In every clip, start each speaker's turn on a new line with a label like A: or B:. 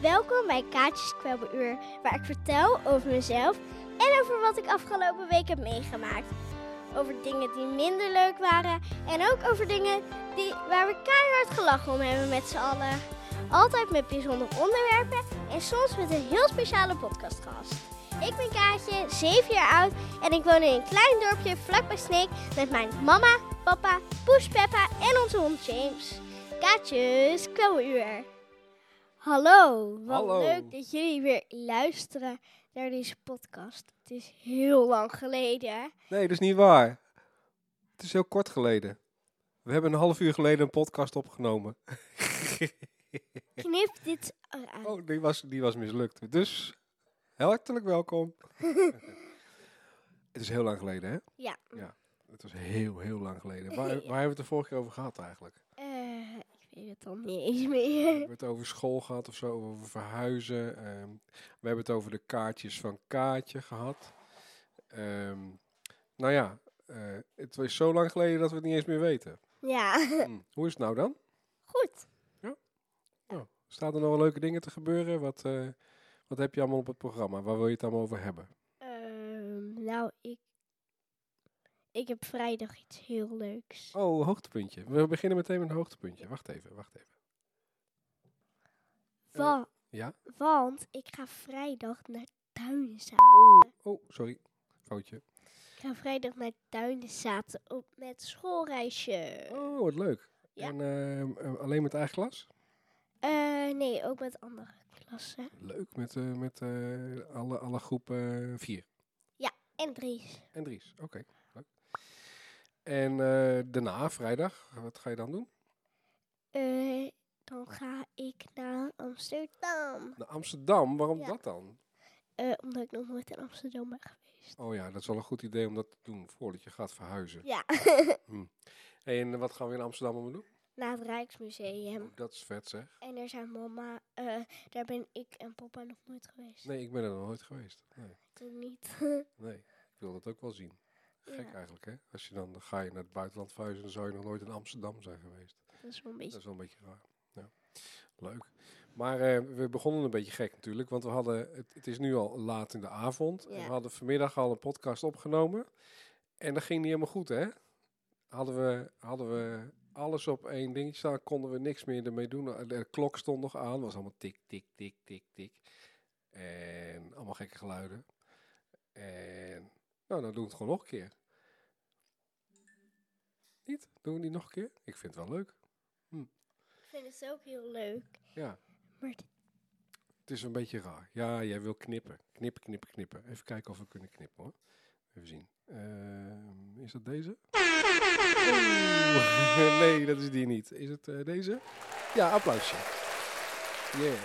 A: Welkom bij Kaatjes Kwebbeluur, waar ik vertel over mezelf en over wat ik afgelopen week heb meegemaakt. Over dingen die minder leuk waren en ook over dingen die, waar we keihard gelachen om hebben met z'n allen. Altijd met bijzondere onderwerpen en soms met een heel speciale podcastgast. Ik ben Kaatje, 7 jaar oud en ik woon in een klein dorpje vlakbij Sneek met mijn mama, papa, Poes Peppa en onze hond James. Kaatjes Kwebbeluur. Hallo, wat
B: Hallo.
A: leuk dat jullie weer luisteren naar deze podcast. Het is heel lang geleden.
B: Nee, dat is niet waar. Het is heel kort geleden. We hebben een half uur geleden een podcast opgenomen.
A: Knip dit eruit.
B: Oh, die was, die was mislukt. Dus, hartelijk welkom. het is heel lang geleden, hè?
A: Ja.
B: Het was heel, heel lang geleden. Waar, waar hebben we het de vorige keer over gehad eigenlijk?
A: Eh, ik weet het al niet eens meer.
B: We hebben het over school gehad of zo, over verhuizen. ehm, we hebben het over de kaartjes van Kaatje gehad. Ehm, nou ja, eh, het was zo lang geleden dat we het niet eens meer weten.
A: Ja,
B: Hm, Hoe is het nou dan?
A: goed.
B: Staan er nog wel leuke dingen te gebeuren? Wat, eh, wat heb je allemaal op het programma? Waar wil je het allemaal over hebben?
A: Ehm, nou, ik... Ik heb vrijdag iets heel leuks.
B: Oh, hoogtepuntje. We beginnen meteen met een hoogtepuntje. Wacht even, wacht even.
A: Wa-
B: ja?
A: Want ik ga vrijdag naar Tuinenzaad.
B: Oh, oh sorry. Foutje.
A: Ik ga vrijdag naar Tuinenzaad op met schoolreisje.
B: Oh, wat leuk.
A: Eh, Ja.
B: En ehm, eh, alleen met eigen klas?
A: Eh, nee, ook met andere klassen.
B: Leuk, met, eh, met eh, alle, alle groepen vier
A: En Dries.
B: en Dries. Oké, leuk. En eh, daarna, vrijdag, wat ga je dan doen?
A: Eh, dan ga ik naar Amsterdam.
B: Naar Amsterdam, waarom
A: Ja.
B: dat dan?
A: Eh, omdat ik nog nooit in Amsterdam ben geweest.
B: Oh ja, dat is wel een goed idee om dat te doen voordat je gaat verhuizen.
A: Ja.
B: En wat gaan we in Amsterdam allemaal doen?
A: Naar het Rijksmuseum.
B: Oh, dat is vet zeg.
A: En er zijn mama, eh, daar ben ik en papa nog nooit geweest.
B: Nee, ik ben er nog nooit geweest. Nee,
A: Toen niet.
B: nee. ik wil dat ook wel zien. Gek
A: Ja.
B: eigenlijk, hè? Als je dan, dan ga je naar het buitenland verhuizen, dan zou je nog nooit in Amsterdam zijn geweest.
A: Dat is wel een
B: Dat
A: beetje.
B: is wel een beetje raar. Ja. Leuk. Maar eh, we begonnen een beetje gek natuurlijk, want we hadden, het, het is nu al laat in de avond. En
A: Ja.
B: we hadden vanmiddag al een podcast opgenomen. En dat ging niet helemaal goed, hè? Hadden we, hadden we alles op één dingetje staan, konden we niks meer ermee doen. De, de klok stond nog aan, was allemaal tik, tik, tik, tik, tik. En allemaal gekke geluiden. En nou, dan doen we het gewoon nog een keer. Niet? Doen we die nog een keer? Ik vind het wel leuk.
A: Ik vind het ook heel leuk.
B: Ja.
A: Maar dit-
B: Het is een beetje raar. Ja, jij wil knippen. Knippen, knippen, knippen. Even kijken of we kunnen knippen hoor. Even zien. Ehm, is dat deze? Oeh, nee, dat is die niet. Is het eh, deze? Ja, applausje. Yeah.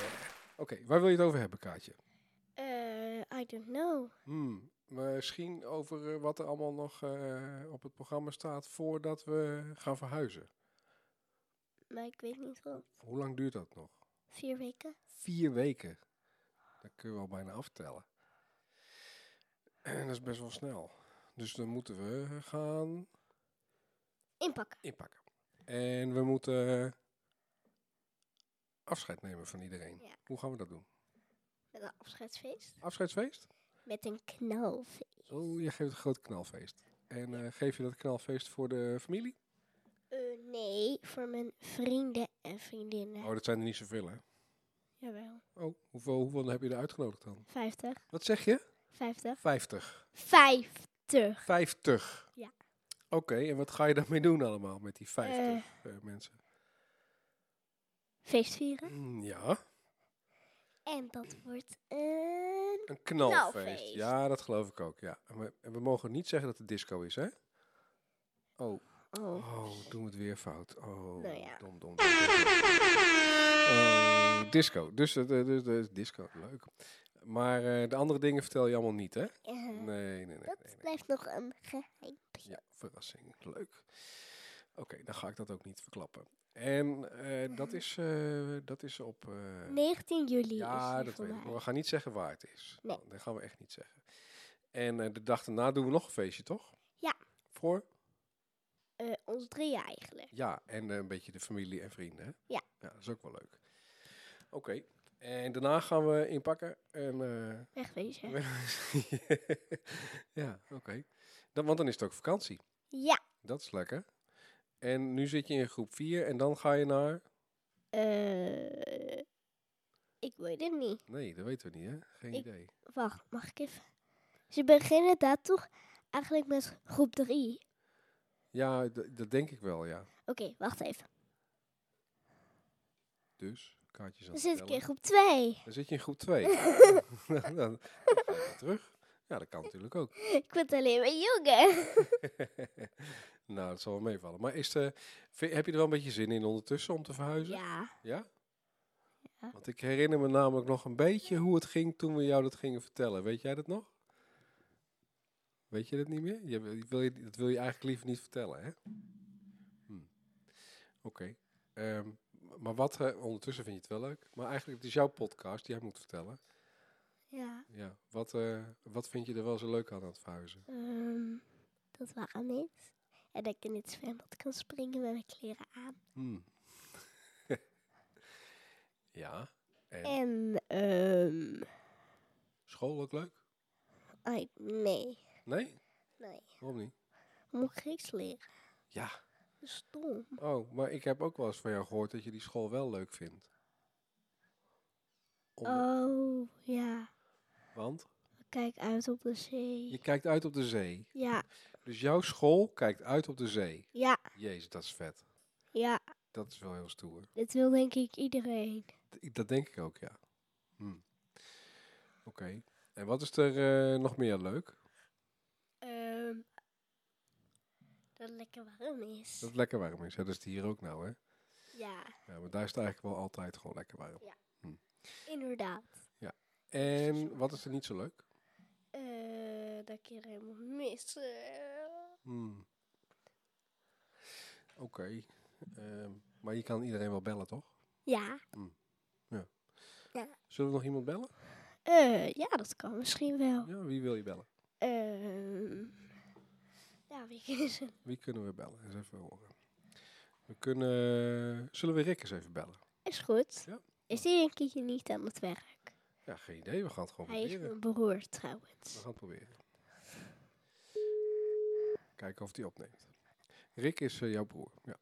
B: Oké, waar wil je het over hebben, Kaatje?
A: eh, I don't know.
B: Hmm, misschien over eh, wat er allemaal nog eh, op het programma staat voordat we gaan verhuizen.
A: Maar ik weet niet wel.
B: Hoe lang duurt dat nog?
A: Vier weken?
B: Vier weken. Dat kun je wel bijna aftellen. En dat is best wel snel. Dus dan moeten we gaan
A: Inpakken.
B: inpakken. En we moeten afscheid nemen van iedereen.
A: Ja.
B: Hoe gaan we dat doen?
A: Met een afscheidsfeest.
B: Afscheidsfeest?
A: Met een knalfeest.
B: Oh, je geeft een groot knalfeest. En eh, geef je dat knalfeest voor de familie?
A: Eh, nee, voor mijn vrienden en vriendinnen.
B: Oh, dat zijn er niet zoveel, hè?
A: Jawel.
B: Oh, hoeveel, hoeveel heb je er uitgenodigd dan?
A: Vijftig.
B: Wat zeg je?
A: Vijftig.
B: 50.
A: Vijftig.
B: 50.
A: Ja.
B: Oké, en wat ga je daarmee doen allemaal met die 50 eh, mensen?
A: Feest vieren.
B: Mm, Ja,
A: En dat wordt een...
B: een knalfeest.
A: Knalfeest.
B: Ja, dat geloof ik ook. Ja. En, we, en we mogen niet zeggen dat het disco is, hè? Oh,
A: Oh.
B: oh doen we het weer fout. Oh,
A: Nou ja.
B: dom, dom. dom, dom, dom. Eh, disco, dus, het, eh, dus, dus disco, leuk. Maar eh, de andere dingen vertel je allemaal niet, hè?
A: Eh,
B: Nee, nee, nee. nee,
A: dat blijft nog een geheim.
B: Ja, verrassing. Leuk. Oké, dan ga ik dat ook niet verklappen. En eh, dat, is, eh, dat is op... eh,
A: 19 juli
B: ja,
A: is die
B: dat
A: voor
B: weet ik. Maar
A: mij.
B: we gaan niet zeggen waar het is.
A: Nee.
B: Dat gaan we echt niet zeggen. En eh, de dag daarna doen we nog een feestje, toch?
A: Ja.
B: Voor?
A: Eh, ons drieën eigenlijk.
B: Ja, en eh, een beetje de familie en vrienden. hè?
A: Ja.
B: Ja, dat is ook wel leuk. Oké. En daarna gaan we inpakken en... eh,
A: Wegwezen.
B: ja, oké. Dan- Want dan is het ook vakantie.
A: Ja.
B: Dat is lekker. En nu zit je in groep 4 en dan ga je naar...
A: Eh, ik weet het niet.
B: Nee, dat weten we niet, hè? Geen
A: Ik-
B: idee.
A: Wacht, mag ik even? Ze beginnen daar toch eigenlijk met groep 3.
B: Ja, d- dat denk ik wel, ja.
A: Oké, wacht even.
B: Dus, kaartjes aan
A: Dan
B: het
A: zit ik in
B: tellen.
A: groep 2.
B: Dan zit je in groep 2. dan dan ga je weer terug. Ja, dat kan natuurlijk ook.
A: Ik word alleen maar jonger.
B: nou, dat zal wel meevallen. Maar is de, vind- heb je er wel een beetje zin in ondertussen om te verhuizen?
A: Ja.
B: Ja?
A: Ja.
B: Want ik herinner me namelijk nog een beetje hoe het ging toen we jou dat gingen vertellen. Weet jij dat nog? Weet je dat niet meer? Je, wil- wil je, dat wil je eigenlijk liever niet vertellen, hè? Hm. Oké. Ehm, maar wat, eh, ondertussen vind je het wel leuk. Maar eigenlijk, het is jouw podcast die jij moet vertellen.
A: Ja.
B: Ja. Wat, eh, wat vind je er wel zo leuk aan aan het verhuizen?
A: Ehm, dat warm is. En dat ik in het zwembad kan springen met mijn kleren aan.
B: Hm. ja. En
A: En, ehm...
B: school ook leuk?
A: ai, nee.
B: Nee?
A: Nee.
B: Waarom niet?
A: Moet ik Grieks leren.
B: Ja.
A: Stom.
B: Oh, maar ik heb ook wel eens van jou gehoord dat je die school wel leuk vindt. Om-
A: Oh, ja.
B: Want
A: Kijk uit op de zee.
B: je kijkt uit op de zee.
A: Ja.
B: Dus jouw school kijkt uit op de zee.
A: Ja.
B: Jezus, dat is vet.
A: Ja.
B: Dat is wel heel stoer.
A: Dit wil denk ik iedereen.
B: D- ik- Dat denk ik ook, ja. Hm. Oké. En wat is er eh, nog meer leuk?
A: Ehm dat het lekker warm is.
B: Dat het lekker warm is. Ja, dat is het hier ook nou, hè?
A: Ja,
B: Ja, maar daar is het eigenlijk wel altijd gewoon lekker warm.
A: inderdaad.
B: En wat is er niet zo leuk?
A: Eh dat ik hier helemaal mis. eh.
B: Hm. Oké. Ehm, maar je kan iedereen wel bellen, toch?
A: Ja.
B: Zullen we nog iemand bellen?
A: Eh ja, dat kan misschien wel.
B: Ja, wie wil je bellen?
A: Ehm ja, wie is het?
B: Wie kunnen we bellen? Eens even horen. We kunnen... Zullen we Rick eens even bellen?
A: Is goed.
B: Ja.
A: Is die een keertje niet aan het werk?
B: Ja, geen idee. We gaan het gewoon
A: Hij is
B: proberen.
A: mijn broer
B: We
A: trouwens.
B: gaan het proberen. Kijken of hij opneemt. Rick is eh, jouw broer. Ja.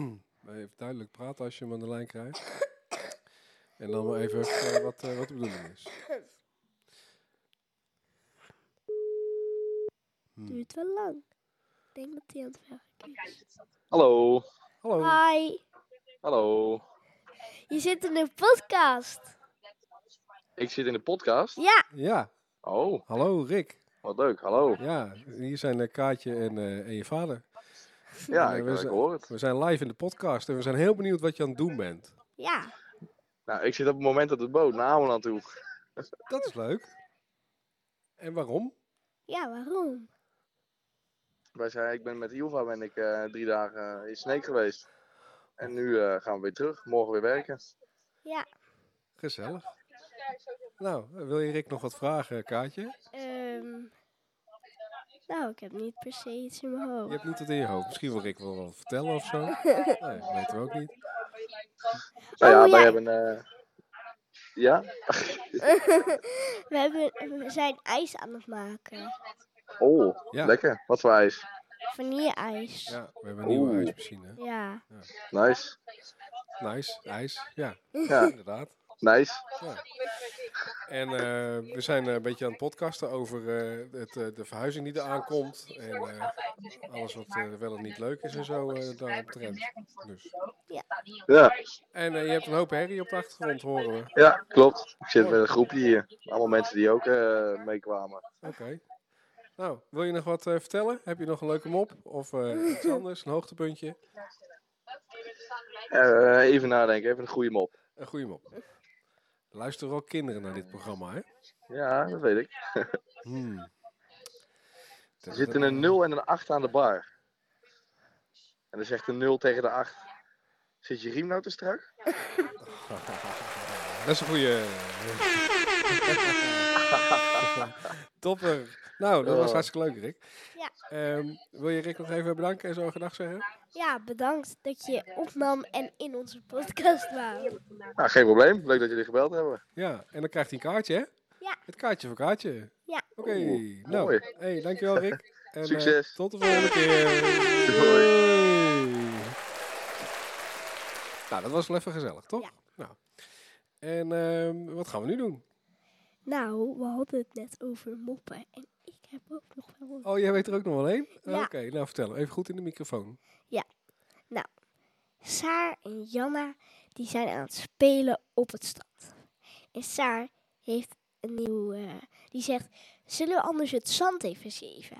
B: Maar even duidelijk praten als je hem aan de lijn krijgt. En dan maar even eh, wat, eh, wat de bedoeling is. Hm.
A: Duurt wel lang. Ik denk dat hij aan het werk is.
C: Hallo,
B: Hallo.
A: Hi,
C: hallo.
A: je zit in een podcast.
C: Ik zit in de podcast.
A: Ja,
B: Ja,
C: Oh,
B: hallo Rick.
C: wat leuk, hallo.
B: Ja, hier zijn eh, Kaatje en, eh, en je vader.
C: Ja,
B: Eh,
C: ik,
B: we
C: ik
B: zijn-
C: hoor het.
B: We zijn live in de podcast en we zijn heel benieuwd wat je aan het doen bent.
A: ja.
C: Nou, ik zit op het moment op de boot naar Ameland toe.
B: Dat is leuk. En waarom?
A: Ja, waarom?
C: Wij zijn, ik ben met Ilva ben ik eh, drie dagen eh, in Sneek geweest. En nu eh, gaan we weer terug, morgen weer werken.
A: Ja.
B: Gezellig. Nou, wil je Rick nog wat vragen, Kaatje?
A: Ehm nou, ik heb niet per se iets in mijn
B: Je
A: hoofd.
B: hebt niet wat in je hoofd. Misschien wil Rick wel wat vertellen of zo. Nee, dat weten we ook niet.
C: Nou ja,
A: Oh,
C: wij
A: ja.
C: hebben... eh, ja?
A: we, hebben, we zijn ijs aan het maken.
C: Oh,
B: Ja.
C: lekker. Wat voor ijs.
A: Vanille-ijs. Ja.
B: Ja, we hebben een nieuwe
C: Oeh.
B: ijsmachine.
C: Nice,
B: Nice, ijs. Ja,
C: Ja.
B: inderdaad.
C: nice.
B: Ja. En eh, we zijn eh, een beetje aan het podcasten over eh, het, eh, de verhuizing die eraan komt. En eh, alles wat eh, wel en niet leuk is en zo eh daaromtrent. Dus.
C: Ja,
B: En eh, je hebt een hoop herrie op de achtergrond, horen we.
C: ja, klopt. Ik zit met een groepje hier. Allemaal mensen die ook eh, meekwamen.
B: Oké. Nou, wil je nog wat eh, vertellen? Heb je nog een leuke mop? Of eh, iets anders? Een hoogtepuntje?
C: Eh, even nadenken, even een goede mop.
B: Een goede mop. Eh, Er Luisteren ook kinderen naar dit programma, hè?
C: Ja, dat weet ik.
B: Hmm.
C: Er zitten een 0 en een 8 aan de bar. En dan zegt de 0 tegen de 8. Zit je riem nou te strak?
B: Dat is een eh, goede. Topper. Nou, dat was
C: Oh.
B: hartstikke leuk, Rick.
A: Ja.
B: Ehm, wil je Rick nog even bedanken en zo een gedag zeggen?
A: Ja, bedankt dat je je opnam en in onze podcast wou.
C: Nou, geen probleem. Leuk dat jullie gebeld hebben.
B: Ja, en dan krijgt hij een kaartje, hè?
A: Ja.
B: Het kaartje voor kaartje.
A: Ja.
B: Oké,
C: Oeh,
B: nou.
C: mooi.
B: Hey, dankjewel, Rick. En, eh,
C: Succes.
B: tot de volgende keer.
C: Doei.
B: Doei. Nou, dat was wel even gezellig, toch?
A: Ja.
B: Nou. En ehm, wat gaan we nu doen?
A: Nou, we hadden het net over moppen en ik heb ook nog wel een-
B: Oh, jij weet er ook nog wel één?
A: Ja.
B: Oké, nou vertel hem. Even goed in de microfoon.
A: Saar en Janna die zijn aan het spelen op het strand. En Saar heeft een nieuw. eh, die zegt: Zullen we anders het zand even zeven?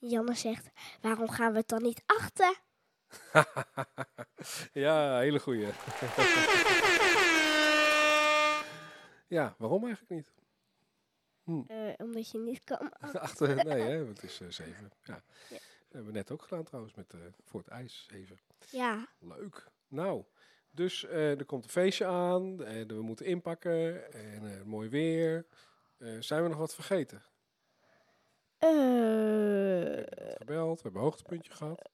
A: En Janna zegt: Waarom gaan we het dan niet achten?
B: ja, hele goeie. ja, waarom eigenlijk niet?
A: Eh, omdat je niet kan.
B: Achter, nee, hè, want het is eh, zeven. Ja.
A: Oh. Ja.
B: Dat hebben we net ook gedaan trouwens met, eh, voor het ijs. Zeven.
A: Ja,
B: Leuk. Nou, dus eh, er komt een feestje aan. En we moeten inpakken. En eh, mooi weer. Eh, zijn we nog wat vergeten?
A: eh,
B: We hebben gebeld. We hebben een hoogtepuntje gehad.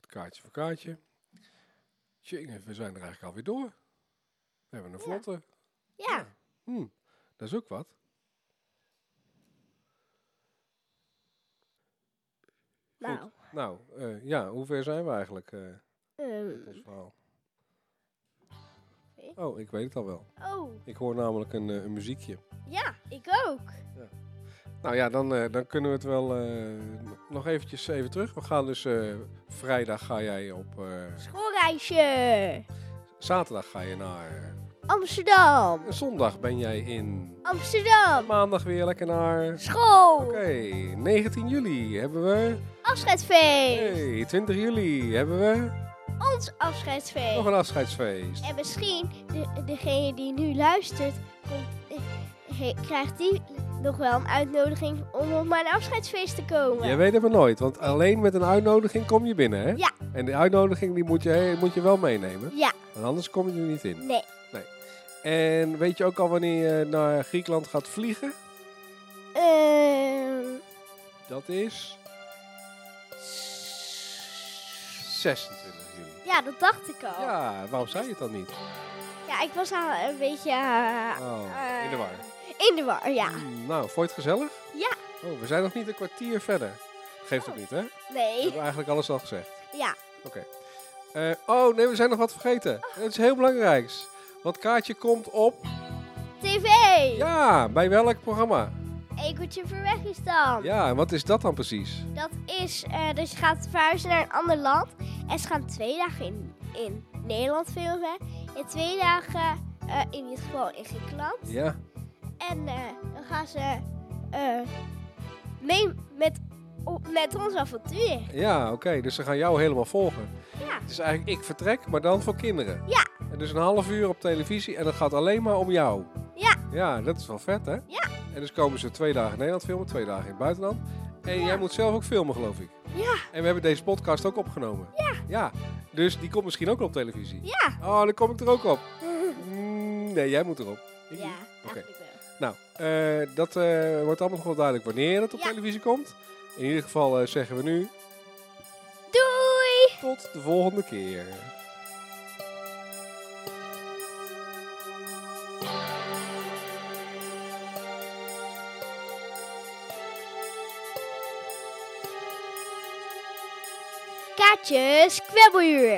B: Het kaartje voor kaartje. Tjing, we zijn er eigenlijk alweer door. We hebben een
A: Ja.
B: vlotte.
A: ja.
B: Hm, dat is ook wat.
A: Nou,
B: Nou, eh, ja, hoe ver zijn we eigenlijk eh, met ons
A: ehm,
B: verhaal?
A: Ik?
B: Oh, ik weet het al wel.
A: oh,
B: Ik hoor namelijk een, eh, een muziekje.
A: ja, ik ook.
B: Nou ja, dan, eh, dan kunnen we het wel eh, n- nog eventjes even terug. We gaan dus eh, vrijdag ga jij op... eh,
A: Schoolreisje.
B: zaterdag ga je naar...
A: Amsterdam.
B: En zondag ben jij in...
A: Amsterdam.
B: Maandag weer lekker naar...
A: School.
B: Oké, 19 juli hebben we...
A: Afscheidsfeest.
B: Hey, 20 juli hebben we
A: Ons afscheidsfeest.
B: nog een afscheidsfeest.
A: En misschien de, degene die nu luistert, komt- eh, he- krijgt die nog wel een uitnodiging om op mijn afscheidsfeest te komen.
B: Je weet het maar nooit, want alleen met een uitnodiging kom je binnen, hè?
A: Ja.
B: En die uitnodiging die moet, je, moet je wel meenemen,
A: Ja,
B: want anders kom je er niet in.
A: nee.
B: En weet je ook al wanneer je naar Griekenland gaat vliegen?
A: Ehm,
B: Dat is 26 juli.
A: ja, dat dacht ik al.
B: Ja, waarom zei je het dan niet?
A: Ja, ik was al een beetje eh,
B: Oh, in de war.
A: in de war, ja.
B: Hmm, Nou, vond je het gezellig?
A: Ja. Oh.
B: Oh, we zijn nog niet een kwartier verder. Geeft ook niet, hè? We
A: Nee,
B: hebben eigenlijk alles al gezegd.
A: ja.
B: Eh, oh, nee, we zijn nog wat vergeten. Het is heel belangrijks. Want Kaartje komt op...
A: TV!
B: Ja, bij welk programma?
A: Ekeltje voor weg is dan.
B: Ja, en wat is dat dan precies?
A: Dat is, eh, dus je gaat verhuizen naar een ander land. En ze gaan twee dagen in, in Nederland filmen. En twee dagen eh, in dit geval in Griekenland.
B: Ja.
A: En eh, dan gaan ze eh, mee met, op- met ons avontuur.
B: Ja, oké. Dus ze gaan jou helemaal volgen.
A: Ja.
B: Het is eigenlijk ik vertrek, maar dan voor kinderen.
A: Ja.
B: En dus een half uur op televisie en dat gaat alleen maar om jou.
A: Ja.
B: Ja, dat is wel vet, hè?
A: Ja.
B: En dus komen ze twee dagen in Nederland filmen, twee dagen in het buitenland. En
A: Ja.
B: jij moet zelf ook filmen, geloof ik.
A: Ja.
B: En we hebben deze podcast ook opgenomen. Ja. Ja. Dus die komt misschien ook op televisie.
A: Ja.
B: Oh, dan kom ik er ook op. Mm, nee, jij moet erop. Ik
A: Ja,
B: niet.
A: eigenlijk wel.
B: Nou, eh, dat eh, wordt allemaal nog wel duidelijk wanneer het op
A: Ja.
B: televisie komt. In ieder geval eh, zeggen we nu
A: Doei!
B: tot de volgende keer.
A: Kaartjes, kwebbeluur.